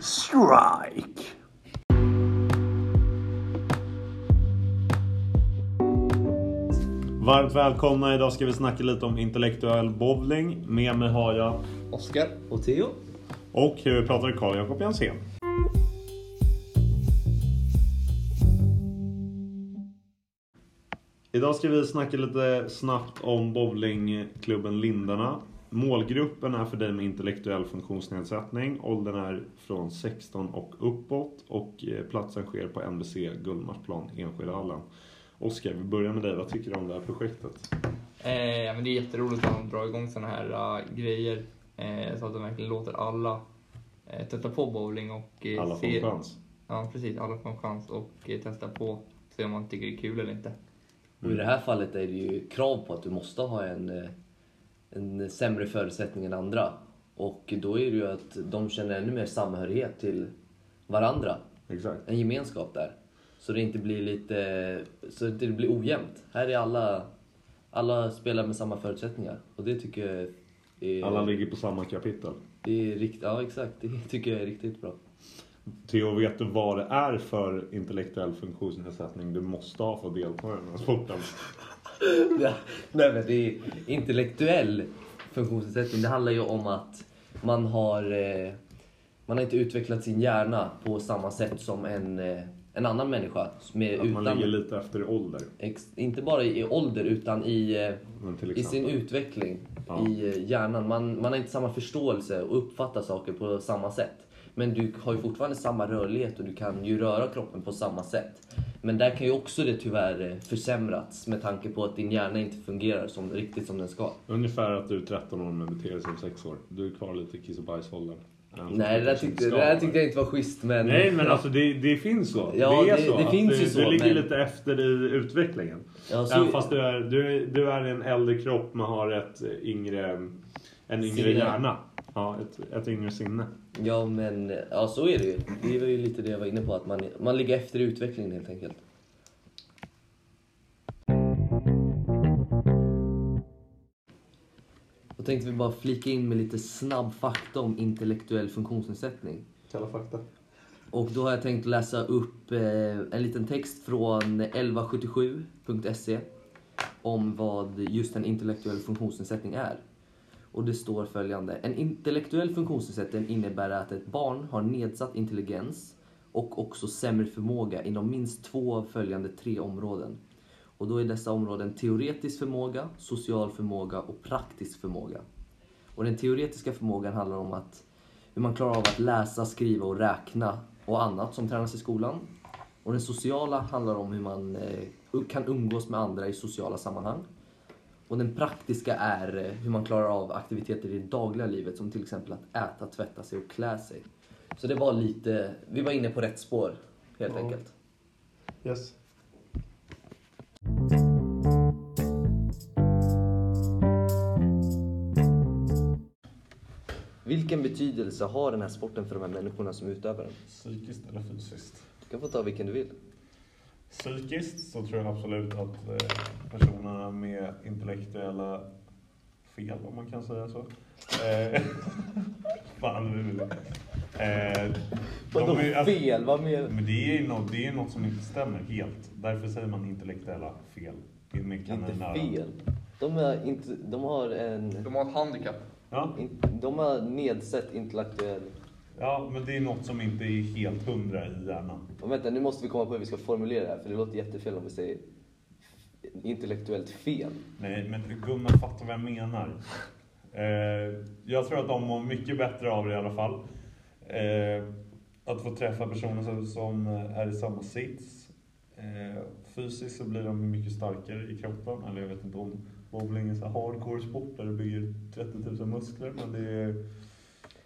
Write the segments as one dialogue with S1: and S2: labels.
S1: Strike!
S2: Varmt välkomna! Idag ska vi snacka lite om intellektuell bowling. Med mig har jag...
S3: Oskar och Theo.
S2: Och huvudpratare Carl Jakob Jansén. Idag ska vi snacka lite snabbt om bowlingklubben Lindarna. Målgruppen är för dig med intellektuell funktionsnedsättning. Åldern är från 16 och uppåt och eh, platsen sker på NBC Gullmarsplan, Enskedehallen. Oskar, vi börjar med dig. Vad tycker du om det här projektet?
S4: Eh, men det är jätteroligt att de drar igång sådana här eh, grejer eh, så att de verkligen låter alla eh, testa på bowling och eh,
S2: Alla får en
S4: se-
S2: chans.
S4: Ja, precis. Alla får en chans och eh, testa på se om man tycker det är kul eller inte.
S3: Och I det här fallet är det ju krav på att du måste ha en, eh, en sämre förutsättning än andra. Och då är det ju att de känner ännu mer samhörighet till varandra.
S2: Exakt.
S3: En gemenskap där. Så det inte blir lite... Så det inte blir ojämnt. Här är alla... Alla spelar med samma förutsättningar. Och det tycker jag är...
S2: Alla ligger på samma kapitel.
S3: det är rikt, ja, exakt. Det tycker jag är riktigt bra.
S2: Theo, vet du vad det är för intellektuell funktionsnedsättning du måste ha för att delta i den här sporten?
S3: Ja, Nej men det är intellektuell funktionsnedsättning. Det handlar ju om att man har, eh, man har inte utvecklat sin hjärna på samma sätt som en, eh, en annan människa. Med,
S2: Att man
S3: utan,
S2: ligger lite efter i ålder.
S3: ex, inte bara i ålder utan i, eh,
S2: Men till
S3: i sin
S2: exempel.
S3: utveckling
S2: Liksom. Ja.
S3: i eh, hjärnan. Man, man har inte samma förståelse och uppfattar saker på samma sätt. Men du har ju fortfarande samma rörlighet och du kan ju röra kroppen på samma sätt. Men där kan ju också det tyvärr eh, försämrats med tanke på att din hjärna inte fungerar som, riktigt som den ska.
S2: Ungefär att du är 13 år men beter dig som 6 år. Du är kvar lite i kiss och bajsåldern. Den
S3: Nej, det där,
S2: som
S3: tyckte,
S2: ska
S3: det där
S2: vara.
S3: tyckte jag inte var schysst men...
S2: Nej men alltså det, det finns så.
S3: Ja,
S2: det är
S3: det-
S2: så.
S3: det
S2: att
S3: finns
S2: du,
S3: ju så,
S2: Du ligger
S3: men- Alltså-
S2: lite efter i utvecklingen.
S3: Ja, så-
S2: Även fast du är, du, är- du är en äldre kropp men har ett yngre, en yngre
S3: Sinne.
S2: hjärna. Ja, ett, ett yngre sinne.
S3: Ja men, eh, ja så är det ju. Det var ju lite det jag var inne på, att man, man ligger efter i utvecklingen helt enkelt. Då tänkte vi bara flika in med lite snabb fakta om intellektuell funktionsnedsättning.
S2: Kalla fakta.
S3: Och då har jag tänkt läsa upp eh, en liten text från 1177.se om vad just en intellektuell funktionsnedsättning är. Och det står följande. En intellektuell funktionsnedsättning innebär att ett barn har nedsatt intelligens och också sämre förmåga inom minst två av följande tre områden. Och då är dessa områden teoretisk förmåga, social förmåga och praktisk förmåga. Och den teoretiska förmågan handlar om att hur man klarar av att läsa, skriva och räkna och annat som tränas i skolan. Och den sociala handlar om hur man eh, kan umgås med andra i sociala sammanhang. Och den praktiska är eh, hur man klarar av aktiviteter i det dagliga livet som till exempel att äta, tvätta sig och klä sig. Så det var lite, vi var inne på rätt spår helt enkelt.
S2: Yes.
S3: Vilken betydelse har den här sporten för de här människorna som utövar den?
S5: Psykiskt eller fysiskt?
S3: Du kan få ta vilken du vill.
S2: Psykiskt så tror jag absolut att eh, personerna med intellektuella fel, om man kan säga så. Eh, fan, nu vill jag. Eh,
S3: Vadå
S2: är- alltså-
S3: fel? Vad menar
S2: Men det är ju något, det är något som inte stämmer helt. Därför säger man intellektuella fel. In med
S3: Inte
S2: kaninöron.
S3: fel. De, är inte, de har en...
S4: De har ett handikapp.
S2: Ja,
S3: in- De har nedsett intellektuell...
S2: ja, men det är något som inte är helt hundra i hjärnan.
S3: Och vänta, nu måste vi komma på hur vi ska formulera det här, för det låter jättefel om vi säger intellektuellt fel.
S2: Nej, men Gunnar fattar vad jag menar. Eh, jag tror att de mår mycket bättre av det i alla fall. Eh, att få träffa personer som, som är i samma sits. Eh, fysiskt så blir de mycket starkare i kroppen. Eller jag vet inte om bowling är så här hardcore sport där du bygger 30 000 muskler. Men det är,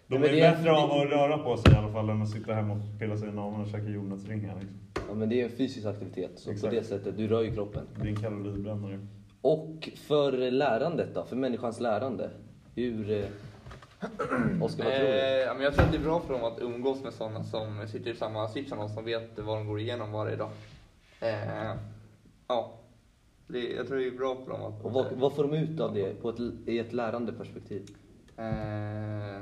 S2: de
S3: Nej, men
S2: är
S3: det är-
S2: bättre av att röra på sig i alla fall än att sitta hemma och pilla sig i naveln och käka jordnötsringar. Liksom.
S3: Ja, men det är en fysisk aktivitet, så
S2: Exakt.
S3: på det sättet, du rör ju kroppen.
S2: Det är en kaloribrännare.
S3: Och för lärandet då, för människans lärande. Hur... Eh, Oskar, vad tror du?
S4: Eh, ja, men jag tror att det är bra för dem att umgås med sådana som sitter i samma sits som dem, som vet vad de går igenom varje dag. Eh, ja, det, jag tror det är bra för dem att...
S3: Och vad, vad får de ut av det på ett, i ett lärande perspektiv?
S4: Eh,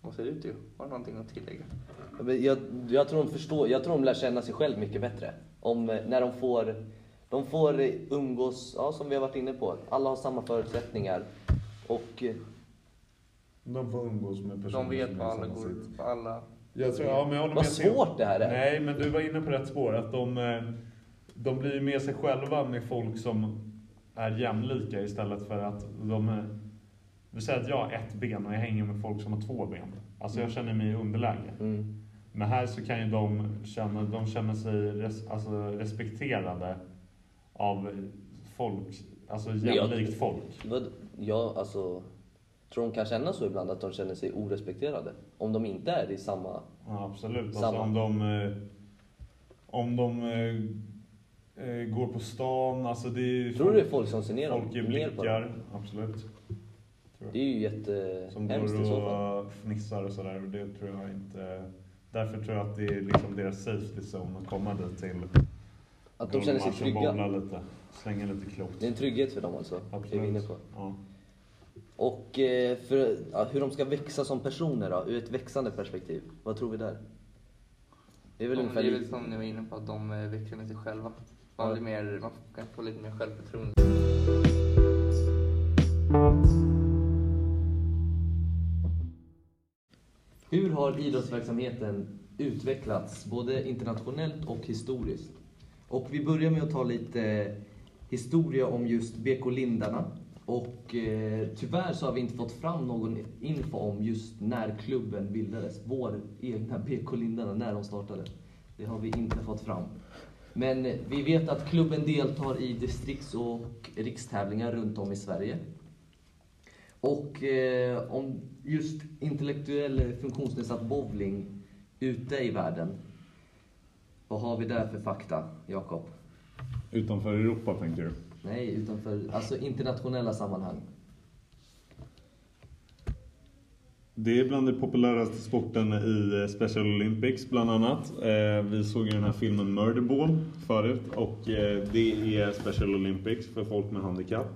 S4: Vad säger du Theo? Har du någonting att tillägga?
S3: Men Jag, jag, tror de förstår, jag tror de lär känna sig själv mycket bättre. Om, eh, när de får, de får eh, umgås, ja, som vi har varit inne på. Alla har samma förutsättningar. Och eh,
S2: De får umgås med personer
S4: De vet
S2: som
S4: vad
S2: är
S4: alla går,
S2: sammansitt.
S4: vad alla...
S2: Jag tror, ja, men jag håller
S3: vad
S2: med Theo.
S3: svårt det här är.
S2: Nej, men du var inne på rätt spår. Att de, eh, de blir ju med sig själva med folk som är jämlika istället för att de... eh, Vi säger att jag har ett ben och jag hänger med folk som har två ben. Alltså jag känner mig i underläge.
S3: Mm.
S2: Men här så kan ju de känna, de känner sig res, alltså respekterade av folk, alltså
S3: jag-
S2: jämlikt folk.
S3: Vad- Ja, alltså, tror de kan känna så ibland, att de känner sig orespekterade? Om de inte är i samma...
S2: Ja, absolut. Alltså,
S3: Samma.
S2: om de, eh, om de eh, eh, går på stan, alltså det är ju
S3: Tror du det är folk som ser ner,
S2: Folk ger
S3: ner på dem?
S2: blickar, absolut. Tror
S3: Det
S2: jag.
S3: är ju
S2: Som
S3: jättehemskt i så
S2: går
S3: fall.
S2: och fnissar och sådär. och Det tror jag inte... Därför tror jag att det är liksom deras safety zone att komma dit till.
S3: Att de känner sig
S2: Matchen, bolla
S3: trygga.
S2: lite, slänga lite klokt.
S3: Det är en trygghet för dem alltså, det är vi inne på.
S2: Ja.
S3: Och eh, för, ja, hur de ska växa som personer då, ur ett växande perspektiv. Vad tror vi där? Det är väl
S4: Ja, men
S3: ungefär...
S4: det är
S3: li-
S4: väl som ni var inne på, att de eh, växer med sig själva.
S3: Ja.
S4: Man, blir mer, man får- kanske får lite mer självförtroende.
S3: Hur har idrottsverksamheten utvecklats, både internationellt och historiskt? Och vi börjar med att ta lite historia om just BK Lindarna. Och eh, tyvärr så har vi inte fått fram någon info om just när klubben bildades. Vår egna BK Lindarna, när de startade. Det har vi inte fått fram. Men vi vet att klubben deltar i distrikts och rikstävlingar runt om i Sverige. Och eh, om just intellektuell funktionsnedsatt bowling ute i världen. Vad har vi där för fakta, Jakob?
S2: Utanför Europa tänker du?
S3: Nej, utanför, alltså internationella sammanhang.
S2: Det är bland de populäraste sporterna i eh, Special Olympics bland annat. Eh, Vi såg ju den här filmen Murderball förut och eh, det är Special Olympics för folk med handikapp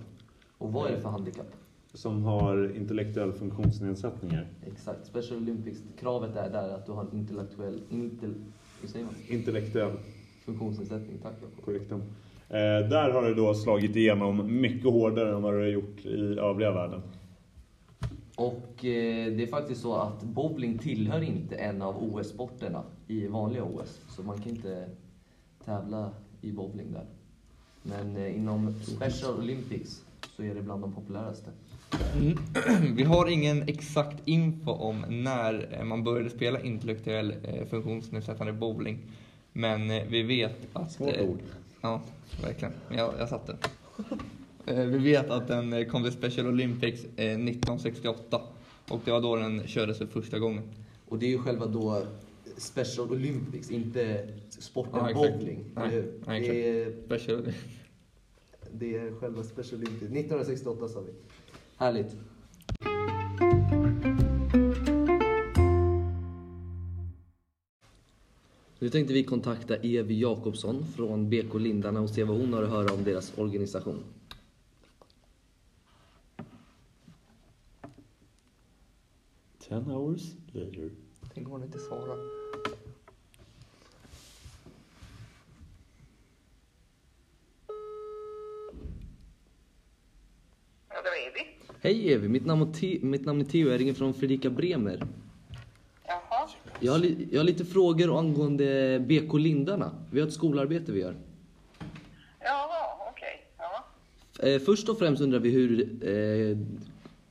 S3: Och vad är det för handikapp?
S2: som har intellektuella funktionsnedsättningar.
S3: Exakt, Special Olympics, kravet är där att du har en intellektuell, intel, hur säger man?
S2: Intellektuell,
S3: Funktionsnedsättning, tack Jakob.
S2: korrekt. Eh, Där har det då slagit igenom mycket hårdare än vad det har gjort i övriga världen.
S3: Och eh, det är faktiskt så att bowling tillhör inte en av OS-sporterna i vanliga OS. Så man kan inte tävla i bowling där. Men eh, inom Special Olympics så är det bland de populäraste.
S4: Vi har ingen exakt info om när eh, man började spela intellektuell eh, funktionsnedsättande bowling. Men eh, vi vet att...
S2: Svårt
S4: eh,
S2: ord.
S4: Ja, verkligen. Men Jag, jag satte den. Eh, Vi vet att den eh, kom till Special Olympics eh, 1968 och det var då den kördes för första gången.
S3: Och det är ju själva då Special Olympics, inte sporten
S4: Ja, exakt.
S3: bowling.
S4: Nej,
S3: eller hur?
S4: nej,
S3: det, är,
S4: Special...
S3: det är själva Special Olympics. 1968 sa vi. Härligt. Nu tänkte vi kontakta Evi Jakobsson från BK Lindarna och se vad hon har att höra om deras organisation.
S2: Ten hours later.
S4: Tänk om hon inte svarar.
S6: Ja, det var Evi.
S3: Hej Evi, mitt namn, är Te- mitt namn är Theo, jag ringer från Fredrika Bremer.
S6: Jaha.
S3: Jag har, li- jag har lite frågor angående BK Lindarna. Vi har ett skolarbete vi gör.
S6: Jaha, okej. Ja.
S3: Eh, först och främst undrar vi hur eh,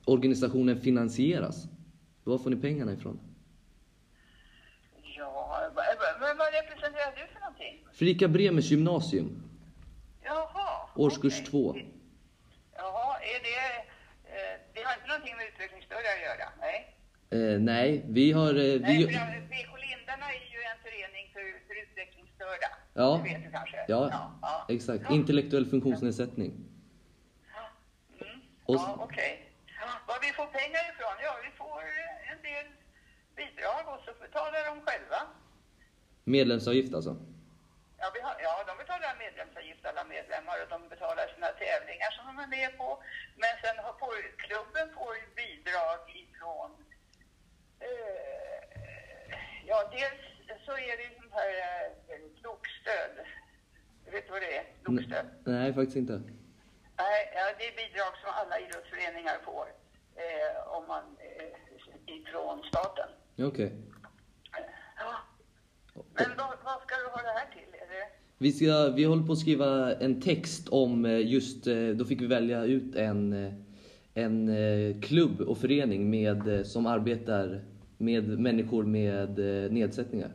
S3: organisationen finansieras. Var får ni pengarna ifrån?
S6: Ja, va- va- men vad representerar du för någonting?
S3: Fredrika Bremers gymnasium,
S6: Jaha.
S3: årskurs
S6: okej.
S3: två.
S6: Jaha, är det... Eh, det har inte någonting med utvecklingsstörda att göra? Nej.
S3: Eh, nej, vi har... Eh,
S6: Nej,
S3: vi,
S6: för jag- BK Lindarna är ju en förening för, för utvecklingsstörda.
S3: Ja.
S6: Det vet du kanske?
S3: ja,
S6: ja.
S3: exakt.
S6: Ja,
S3: Intellektuell funktionsnedsättning.
S6: mm.
S3: och-
S6: ja okej. Ja, Var vi får pengar ifrån? Ja, vi får eh, en del bidrag och så betalar de själva.
S3: Medlemsavgift alltså.
S6: Ja, vi har, ja, de betalar medlemsavgift alla medlemmar och de betalar sina tävlingar som de är med på. Men sen har- får, klubben får ju bidrag ifrån eh, eh,
S3: Mm.
S6: också.
S3: Nej, faktiskt inte.
S6: Nej, ja, det är bidrag som alla idrottsföreningar får eh, om man, eh, ifrån staten.
S3: Okej.
S6: Ja. Men vad, vad ska du ha det här till? Är det,
S3: Vi, ska, vi håller på att skriva en text om eh, just, eh, då fick vi välja ut en, eh, en eh, klubb och förening med, eh, som arbetar med människor med eh, nedsättningar.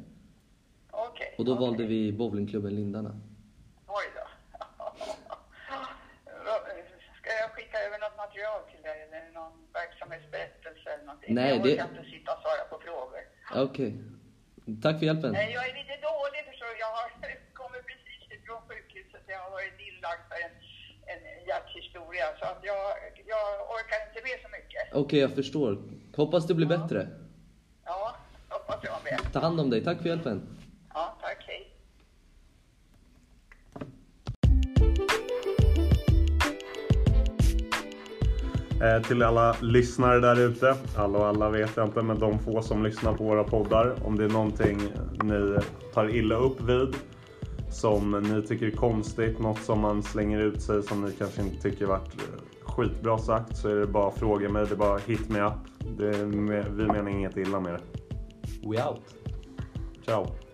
S6: okej.
S3: Och då
S6: okej.
S3: valde vi bowlingklubben Lindarna.
S6: Oj då. Vad- Ska jag skicka över något material till dig eller någon verksamhetsberättelse eller någonting?
S3: Nej,
S6: jag
S3: det-
S6: orkar inte sitta och svara på frågor.
S3: Okej. Tack för hjälpen.
S6: Nej, jag är lite dålig förstår du. Jag har kommer precis ifrån sjukhuset. Jag har varit inlagd för en, en hjärthistoria så att jag, jag orkar inte med så mycket.
S3: Okej, jag förstår. Hoppas det blir
S6: Ja.
S3: bättre.
S6: Ja, hoppas jag med.
S3: Ta hand om dig. Tack för hjälpen.
S6: Ja, tack. Hej.
S2: Eh, till alla lyssnare där ute. Alla och alla vet jag inte, men de få som lyssnar på våra poddar. Om det är någonting ni tar illa upp vid, som ni tycker är konstigt, något som man slänger ut sig som ni kanske inte tycker varit eh, skitbra sagt, så är det bara att fråga mig. Det är bara hit me up. Det är, vi menar inget illa med det.
S7: We out.
S2: Ciao!